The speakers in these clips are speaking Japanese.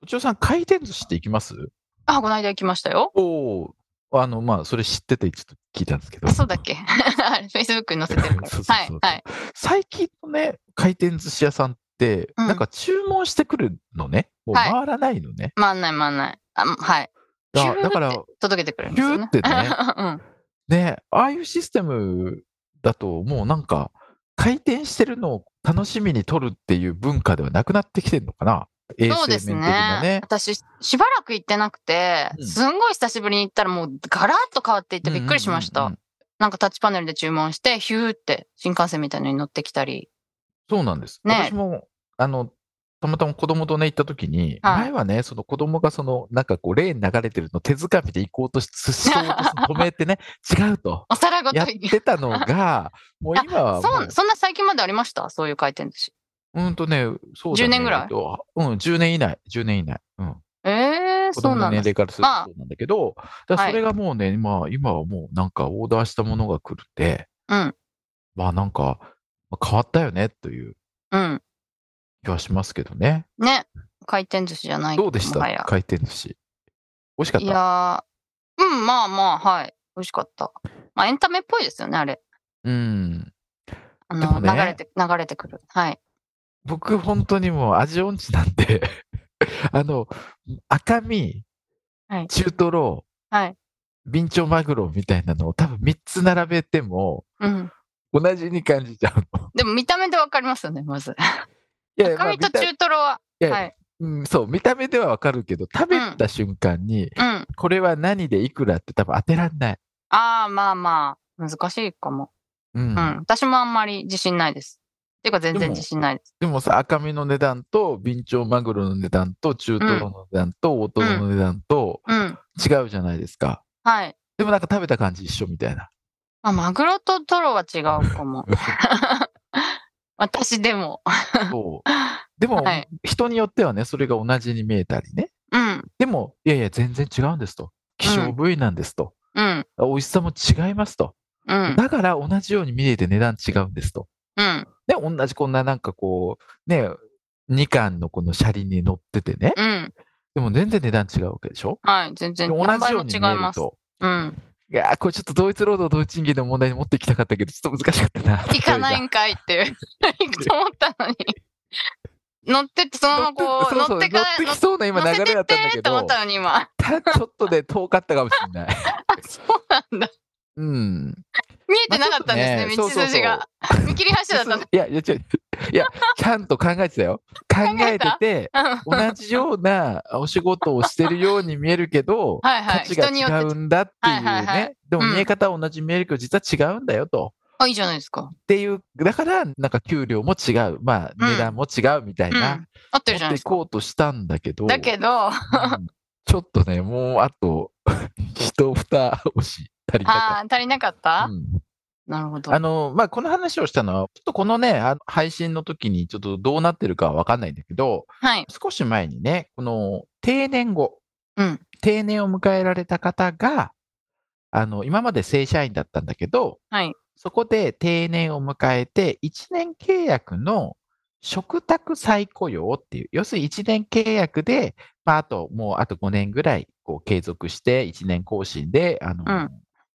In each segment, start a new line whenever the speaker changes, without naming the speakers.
とちおさん、回転寿司って行きます
あ、この間行きましたよ。
おお。あの、まあ、それ知ってて、ちょっと聞いたんですけど
あ、。そうだっけ あれ ?Facebook に載せてるか ら。
そうそうそう
はい、はい。
最近のね、回転寿司屋さんって、
うん
なんか注文してくるのね。もう
はい
回らないのね。
まんないまんない。あうんはい。
だ
ヒューって
だから、
届けてくれるんですよね。
ヒューってね
うん。
ね、ああいうシステムだと、もうなんか、回転してるのを楽しみに取るっていう文化ではなくなってきてるのかな。衛
そ
生
うで
面
す
的な
ね
ね。。
私、しばらく行ってなくて
う、ん
すんごい久しぶりに行ったらもうガラッと変わっていてびっくりしまし
うんうんう
た
ん。
なんかタッチパネルで注文して、ヒューって新幹線みたいのに乗ってきたり。
そうなんです。
ね
私も、あの、たまたま子供とね、行った時に、
はい
前はね、その子供がその、なんかこう、レーン流れてるの手づかみで行こうとし、 しようとす止めてね、違うと。
お皿ごと
やっ
に。
てたのが、もう
あ
今はも
そう、そんな最近までありましたそういう回転寿司。
う、うんとね、そうだね
10年ぐらい
うん、10年以内、10年以内。うん。
え
子
ー、そ
供
う
の
なん
年
だ。
齢からすると
まあ
そうなんだけど、だからそれがもうね、まあ、今はもうなんかオーダーしたものが来るって、
うん、
まあなんか、まあ変わったよねという
うん。
気はしますけどね。
ね。回転寿司じゃない
どうでし
もはや
た回転寿司。美味しかっ
い
た
やー、うん、まあまあ、はい。美味しかった。まあ、エンタメっぽいですよね、あれ。
うん。
あ
でも
の、
ね
流れて、流れてくる。はい。
僕、本当にもう味音痴なんで、 あの、赤身
はい、
中トロ、
はい
ビンチョウマグロみたいなのを多分3つ並べても、
うん。
同じに感じちゃうの。
でも、見た目でわかりますよね、まず。
いやいやまあ
赤身と
見た
中トロは。
いやいや
はい。
うんそう、見た目ではわかるけど、食べた瞬間に、
うん。あ
これは何でいくらって多分当てらんない。
あ、まあまあ、難しいかも。
うん。
うん。私もあんまり自信ないです。っていうか、全然自信ないです。
でもさ、赤身の値段と、ビンチョウマグロの値段と、中トロの値段と、大トロの値段と、
うん。
違うじゃないですか。
はい。
でもなんか食べた感じ一緒みたいな。
まあ、マグロとトロは違う かも。私でも。
そう。でも、
はい
人によってはね、それが同じに見えたりね。
うん。
でも、いやいや、全然違うんですと。希少部位なんですと。
うん。
美味しさも違いますと。
うん。
だから同じように見えて値段違うんですと。
うん。
ね、同じこんななんかこう、ね、2巻のこの車輪に乗っててね。
うん。
でも全然値段違うわけでしょ
はい。全
で
然。
も
何
同じ
倍
よ
も
うに
違
見
い
える
ます。
と。
うん。
いやーこれちょっと同一労働同一賃金の問題に持っていきたかったけど、ちょっと難しかったな。
行かな
例え
い
ば
んかい っていう。行くと思ったのに。乗ってって、そのままこう、
そうそ
乗
う乗
って
って
か、
きそうな今
乗
流
せて
れだ
っ
ったんだ
て
け
って思
ど
っ。たのに今。
たちょっとで遠かったかもしれない。
あ、そうなんだ。
うん。
見えてなかったんですね、
まあちょ
道
っとね
筋が。見切り発車だったん
いや、いや、違ういや、ちゃんと考えてたよ。考えて
えた
て、
だ。
同じようなお仕事をしてるように見えるけど、
はい は
価
い。
値
人によ
が違
っ
う
て。
んだっていう
はいはいは
ね。でも
うん
見え方は同じに見えるけど、実は違うんだよと。
あ、いいじゃないですか。
っていう、だから、なんか給料も違う、まあ、
うん
値段も違うみたい
うん。
な、
合って
持
るじ
って
ゃないで
い
すか。
こうとしたんだけど、
だけど、あ
うんちょっとね、もうあと、 一蓋押し足りなかっ。
あー、足りなかったた
うん
なるほど
あ。の、まあ、この話をしたのは、ちょっとこのね、あの配信の時にちょっとどうなってるかはわかんないんだけど、
はい。
少し前にね、この定年後、
うん
定年を迎えられた方が、あの、今まで正社員だったんだけど、
はい
そこで定年を迎えて、1年契約の嘱託再雇用っていう、要するに1年契約で、まあ、あと、もうあと5年ぐらい、こう、継続して、1年更新で、あの、
うん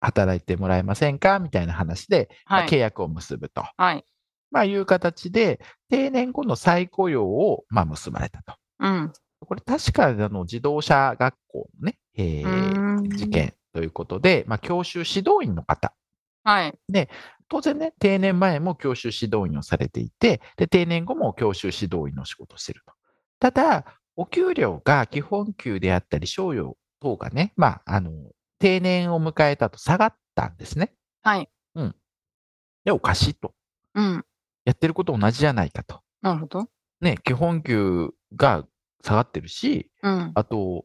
働いてもらえませんかみたいな話で、まあ
はい。
契約を結ぶと、
はい。
まあ、いう形で、定年後の再雇用を、まあ、結ばれたと。
うん。
これ確かあの自動車学校のね、えー事
事。
件ということで、まあ、教習指導員の方、
はい。
当然ね、定年前も教習指導員をされていて、で定年後も教習指導員の仕事をしていると。ただ、お給料が基本給であったり、賞与等がね、まあ、あの定年を迎えたと下がったんですね。
はい。
で、おかしいと。
うん。
やってること同じじゃないかと。
なるほど。
ね、基本給が下がってるし、
うん。
あと、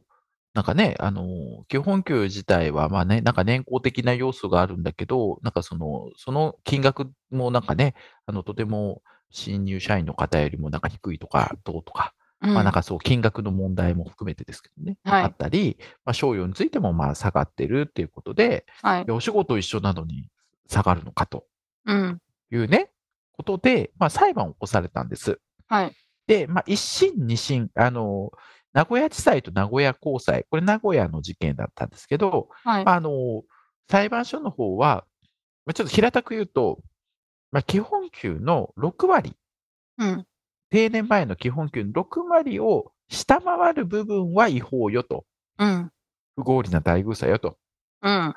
なんかね、あの、基本給自体は、まあね、なんか年功的な要素があるんだけど、なんかその、その金額もなんかね、あの、とても新入社員の方よりもなんか低いとか、どうとか、まあなんかそう、金額の問題も含めてですけどね、
はい
あったり、まあ、賞与についてもまあ下がってるっていうことで、
うん、はい
い。やお仕事一緒なのに下がるのかと
うん。
いうね、ことで、まあ裁判を起こされたんです。
はい。
で、まあ、一審、二審、あの、名古屋地裁と名古屋高裁、これ名古屋の事件だったんですけど、
はい。
まあ、あの、裁判所の方は、まあ、ちょっと平たく言うと、まあ、基本給の6割、
うん。
定年前の基本給の6割を下回る部分は違法よと、
うん。
不合理な待遇差よと。
うん。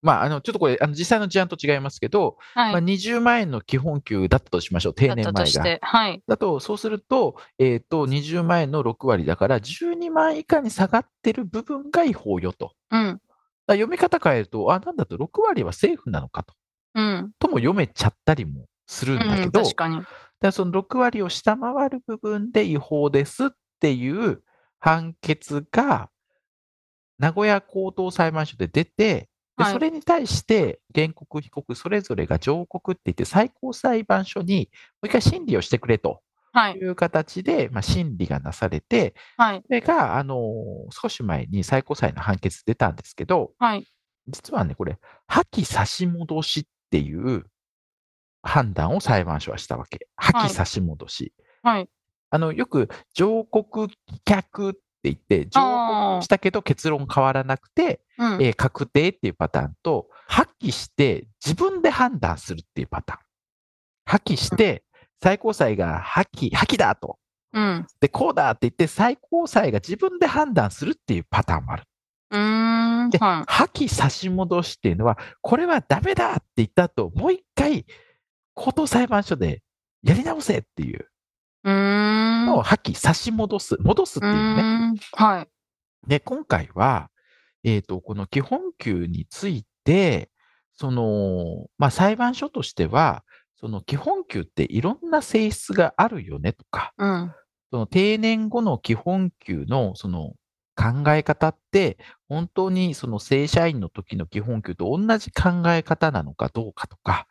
まあ、あの、ちょっとこれ、あの、実際の事案と違いますけど、
はい。
まあ、20万円の基本給だったとしましょう、定
だっ
年
たと
前
し
が。
て。はい。
だと、そうすると、えっ、と、20万円の6割だから、12万円以下に下がってる部分が違法よと。
うん。
だから読み方変えると、あ、なんだと、6割はセーフなのかと。
うん。
とも読めちゃったりもするんだ
う
け
ん。
ど、
確かに。
だからその6割を下回る部分で違法ですっていう判決が、名古屋高等裁判所で出て、で
はい
それに対して原告、被告それぞれが上告って言って、最高裁判所にもう一回審理をしてくれと
はい。
いう形で、まあ、審理がなされて、
はい。
それが、あの少し前に最高裁の判決出たんですけど、
はい。
実はね、これ、破棄差し戻しっていう判断を裁判所はしたわけ。破
はい
棄差し戻し。
はい。
あの、よく、上告棄却って言って、上
あ
告したけど結論変わらなくて、
あ。うん。
えー確定っていうパターンと、破棄して自分で判断するっていうパターン。破棄して、最高裁が破棄、破棄だと。
うん。
で、こうだって言って、最高裁が自分で判断するっていうパターンもある。
うーん。
で
は
破棄差し戻しっていうのは、これはダメだって言った後、もう一回、高等裁判所でやり直せっていう
い。うーん。
のを破棄差し戻す、戻すっていう
う
ね。
ーんはい。
で、今回は、えっ、と、この基本給について、その、まあ、裁判所としては、その基本給っていろんな性質があるよねとか、
うん。
その定年後の基本給のその考え方って、本当にその正社員の時の基本給と同じ考え方なのかどうかとか、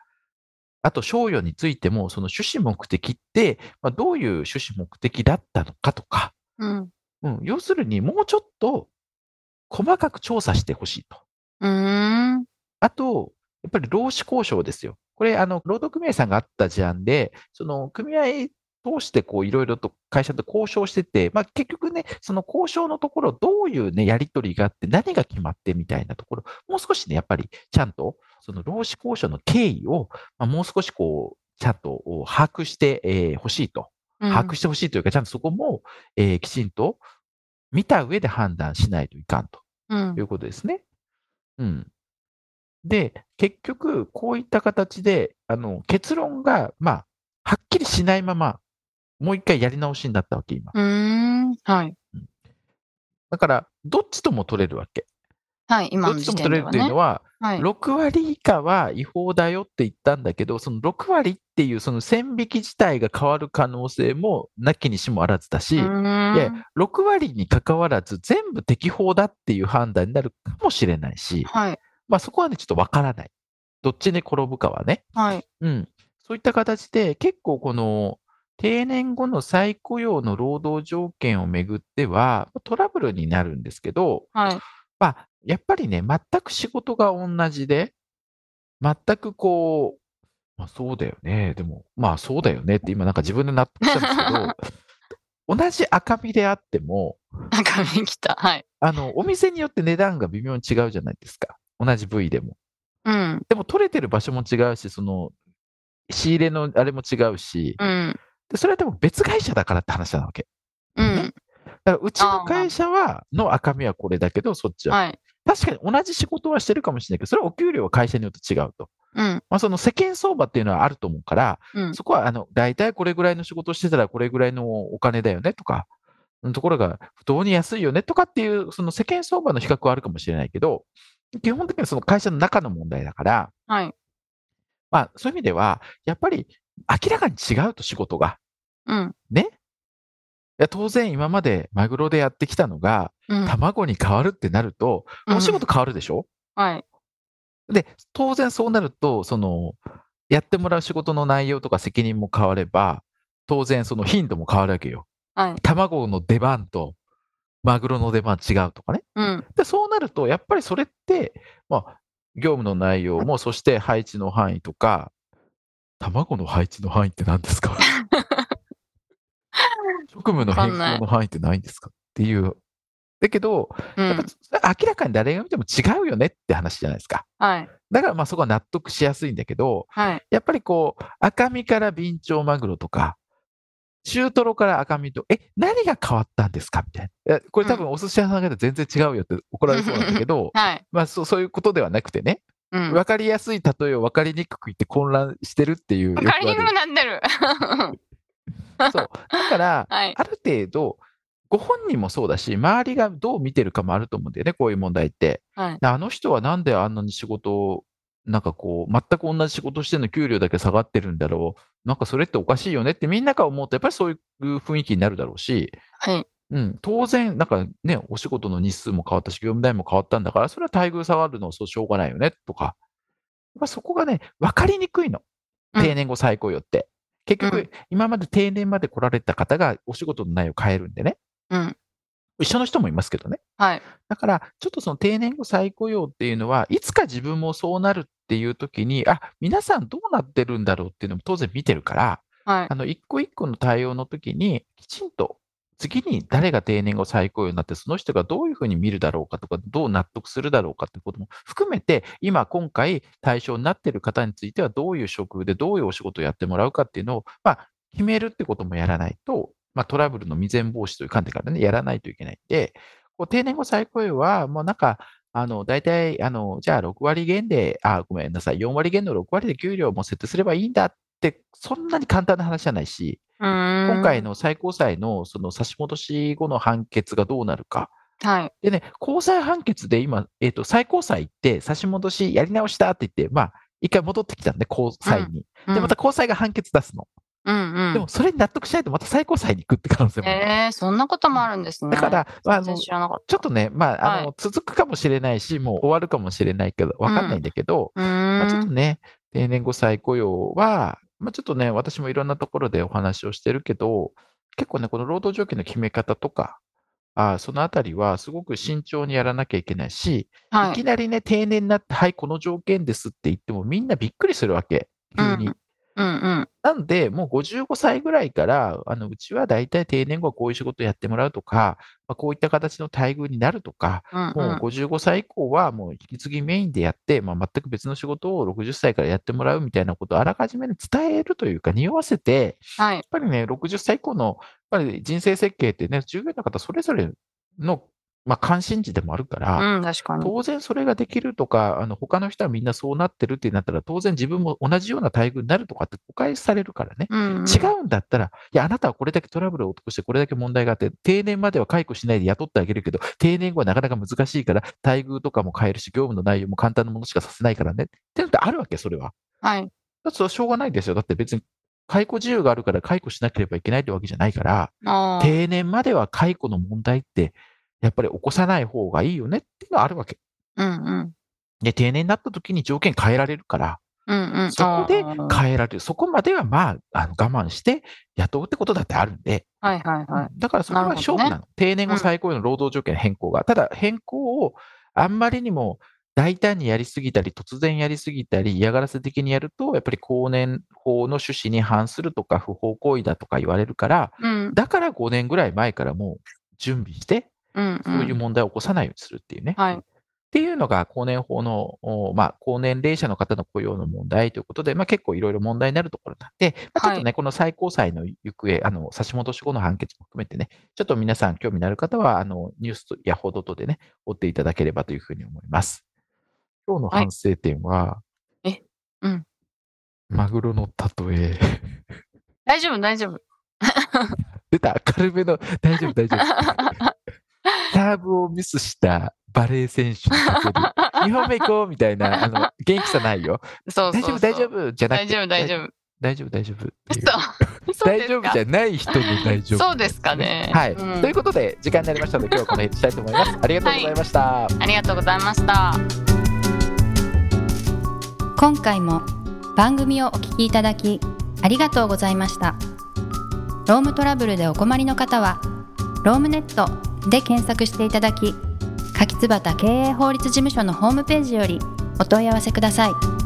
あと、賞与についても、その趣旨目的って、まあ、どういう趣旨目的だったのかとか、
うん。
うん、要するにもうちょっと細かく調査してほしいと。
うーん。
あと、やっぱり労使交渉ですよ。これ、あの、労働組合さんがあった事案で、その、組合通して、こう、いろいろと会社と交渉してて、まあ、結局ね、その交渉のところ、どういうね、やり取りがあって、何が決まってみたいなところ、もう少しね、やっぱり、ちゃんと、その、労使交渉の経緯を、まあ、もう少し、こう、ちゃんとお把握してえーほしいと。
うん
把握してほしいというか、ちゃんとそこも、えーきちんと見た上で判断しないといかんと。
うん
ということですね。うん。で、結局、こういった形で、あの、結論が、まあ、はっきりしないまま、もう一回やり直しになったわけ、今。
うーん。はい。
だから、どっちとも取れるわけ。
はい。今
ど
の
っち
時
とも
点
取れ
で
る
は
というの。は、
ねはい。
6割以下は違法だよって言ったんだけど、その6割っていう、その線引き自体が変わる可能性も、なきにしもあらずだし、
うーん
6割に関わらず、全部適法だっていう判断になるかもしれないし、
はい。
まあそこはね、ちょっとわからない。どっちに転ぶかはね。
はい。
うん。そういった形で、結構この定年後の再雇用の労働条件をめぐっては、トラブルになるんですけど、
はい。
まあ、やっぱりね、全く仕事が同じで、全くこう、まあ、そうだよね、でも、まあそうだよねって今なんか自分で納得したんですけど、 同じ赤身であっても、
なんか見きた。はい。
あの、お店によって値段が微妙に違うじゃないですか。同じ部位でも。
うん。
でも取れてる場所も違うし、その仕入れのあれも違うし、
うん。
でそれはでも別会社だからって話なわけ。
うん。
だからうち
あー
の会社はの赤身はこれだけど、そっちは。
はい。
確かに同じ仕事はしてるかもしれないけど、それはお給料は会社によって違うと。
うん。
まあ、その世間相場っていうのはあると思うから、
うん。
そこはあの大体これぐらいの仕事をしてたらこれぐらいのお金だよねとか、うんところが不当に安いよねとかっていう、その世間相場の比較はあるかもしれないけど、基本的にはその会社の中の問題だから、
はい。
まあ、そういう意味では、やっぱり明らかに違うと仕事が。
うん。
ね。や当然今までマグロでやってきたのが、
うん
卵に変わるってなると、お仕、事変わるでしょ、
うんはい。
で、当然そうなると、その、やってもらう仕事の内容とか責任も変われば、当然その頻度も変わるわけよ。
はい。
卵の出番と、マグロの出番違うとかね。
うん。
で、そうなると、やっぱりそれって、まあ、業務の内容も、そして配置の範囲とか、卵の配置の範囲って何ですか 職務の変
わかんない
更の範囲ってないんですかっていう。だけど、
う
やっぱ
ん。
明らかに誰が見ても違うよねって話じゃないですか。
はい。
だからまあそこは納得しやすいんだけど、
はい。
やっぱりこう、赤身からビンチョウマグロとか、中トロから赤身と、え、何が変わったんですかみたいな。えこれ多分お寿司屋さんが全然違うよって怒られそうなんだけど、
はい。
まあそうそういうことではなくてね、
うん。
分かりやすい例えを分かりにくく言って混乱してるっていうよく
カ
あ
ーリング
る。
なんでる。
そう。だから、
はい。
ある程度、ご本人もそうだし、周りがどう見てるかもあると思うんだよね、こういう問題って。
はい。
であの人はなんであんなに仕事を、なんかこう、全く同じ仕事してんの給料だけ下がってるんだろう。なんかそれっておかしいよねってみんなが思うと、やっぱりそういう雰囲気になるだろうし、
はい。
うん、当然、なんかね、お仕事の日数も変わったし、業務代も変わったんだから、それは待遇下がるのはそうしょうがないよね、とか。やっぱそこがね、分かりにくいの。
うん
定年後再雇用って。結
う
局
ん、
今まで定年まで来られた方がお仕事の内容を変えるんでね。
うん。
一緒の人もいますけどね。
はい。
だから、ちょっとその定年後再雇用っていうのは、いつか自分もそうなるっていう時に、あ、皆さんどうなってるんだろうっていうのも当然見てるから、
はい
あ。の、一個一個の対応の時に、きちんと、次に誰が定年後再雇用になって、その人がどういうふうに見るだろうかとか、どう納得するだろうかってことも含めて、今、今回対象になっている方については、どういう職で、どういうお仕事をやってもらうかっていうのを、まあ、決めるってこともやらないと、まあ、トラブルの未然防止という観点からね、やらないといけないんで、こう定年後再雇用は、もうなんか、あの、大体、あの、じゃあ6割減で、あ、ごめんなさい、4割減の6割で給料も設定すればいいんだって、そんなに簡単な話じゃないし、今
今
回。の最高裁のその差し戻し後の判決がどうなるか。
はい。
でね、高裁判決で今、えっ、と、最高裁行って差し戻しやり直したって言って、まあ、一回戻ってきたんで、高裁に。で、また高裁が判決出すの。
うん。うん。
でも、それに納得しないと、また最高裁に行くって可能性もある。
ええ、そんなこともあるんですね。
だから、まあ、あ
全然
の、
知らなかっ
ちょっとね、まあ、あの、続くかもしれないし、もう終わるかもしれないけど、わかんないんだけど、
た。う
まあ、ちょ
ー
っと
ん。
ね、定年後再雇用は、まあ、ちょっとね、私もいろんなところでお話をしてるけど、結構ね、この労働条件の決め方とか、あーそのあたりはすごく慎重にやらなきゃいけないし、い、
は
き
い。
なりね、定年になって、はい、この条件ですって言ってもみんなびっくりするわけ、急に。
うんうんうん。
なんで、もう55歳ぐらいから、あのうちは大体定年後はこういう仕事やってもらうとか、まあ、こういった形の待遇になるとか、
うんう。
もうん55歳以降はもう引き継ぎメインでやって、まあ、全く別の仕事を60歳からやってもらうみたいなことをあらかじめに伝えるというか、匂わせて、やっ
はい。
ぱりね、60歳以降のやっぱり人生設計ってね、従業員の方それぞれの、まあ、関心事でもあるから、
うん、確かに。
当然それができるとか、あの他の人はみんなそうなってるってなったら、当然自分も同じような待遇になるとかって誤解されるからね。
うん。
違うんだったら、いや、あなたはこれだけトラブルを起こして、これだけ問題があって、定年までは解雇しないで雇ってあげるけど、定年後はなかなか難しいから、待遇とかも変えるし、業務の内容も簡単なものしかさせないからね。ってのってあるわけ、それは。
はい。
だってそれはしょうがないですよ。だって別に解雇自由があるから解雇しなければいけないってわけじゃないから、
あー
定年までは解雇の問題って、やっぱり起こさない方がいいよねっていうのはあるわけ。
うんうん。
で、定年になった時に条件変えられるから、
うんうん。
そこで
あー
変えられる。そこまではまあ、あの我慢して雇うってことだってあるんで、
はいはいはい。
だからそこが
なるほ
勝負
どね
なの。定年
う
後
ん
最高位の労働条件変更が。ただ変更をあんまりにも大胆にやりすぎたり、突然やりすぎたり、嫌がらせ的にやると、やっぱり公年法の趣旨に反するとか、不法行為だとか言われるから、
うん。
だから5年ぐらい前からもう準備して、
うん。
そういう問題を起こさないようにするっていうね。
はい。
っていうのが高年法の、おまあ、高年齢者の方の雇用の問題ということで、まあ、結構いろいろ問題になるところなんで、まあ、ちょっとね、この最高裁の行方、あの、差し戻し後の判決も含めてね、ちょっと皆さん興味のある方は、あの、ニュースや報道等でね、追っていただければというふうに思います。今日の
はい
反省点は、
えうん
マグロの例え。
大丈夫大丈夫。
出た、明るめの、大丈夫、大丈夫。 サーブをミスしたバレー選手にかける。2本目行こうみたいな、あの、元気さないよ。
そうそう
大丈
そ
夫、大丈
う。
夫じゃなく
大
て
丈夫大丈夫。
大丈夫、大丈夫っていう。
嘘。嘘で
大
す
丈
か
夫じゃない人の大丈夫。
そうですかね
はい、
うん
ということで、時間になりましたので、今日はこの辺にしたいと思います。ありがとうございました。
ありがとうございました。
今回も番組をお聞きいただきありがとうございましたロームトラブルでお困りの方はロームネットで検索していただき柿椿経営法律事務所のホームページよりお問い合わせください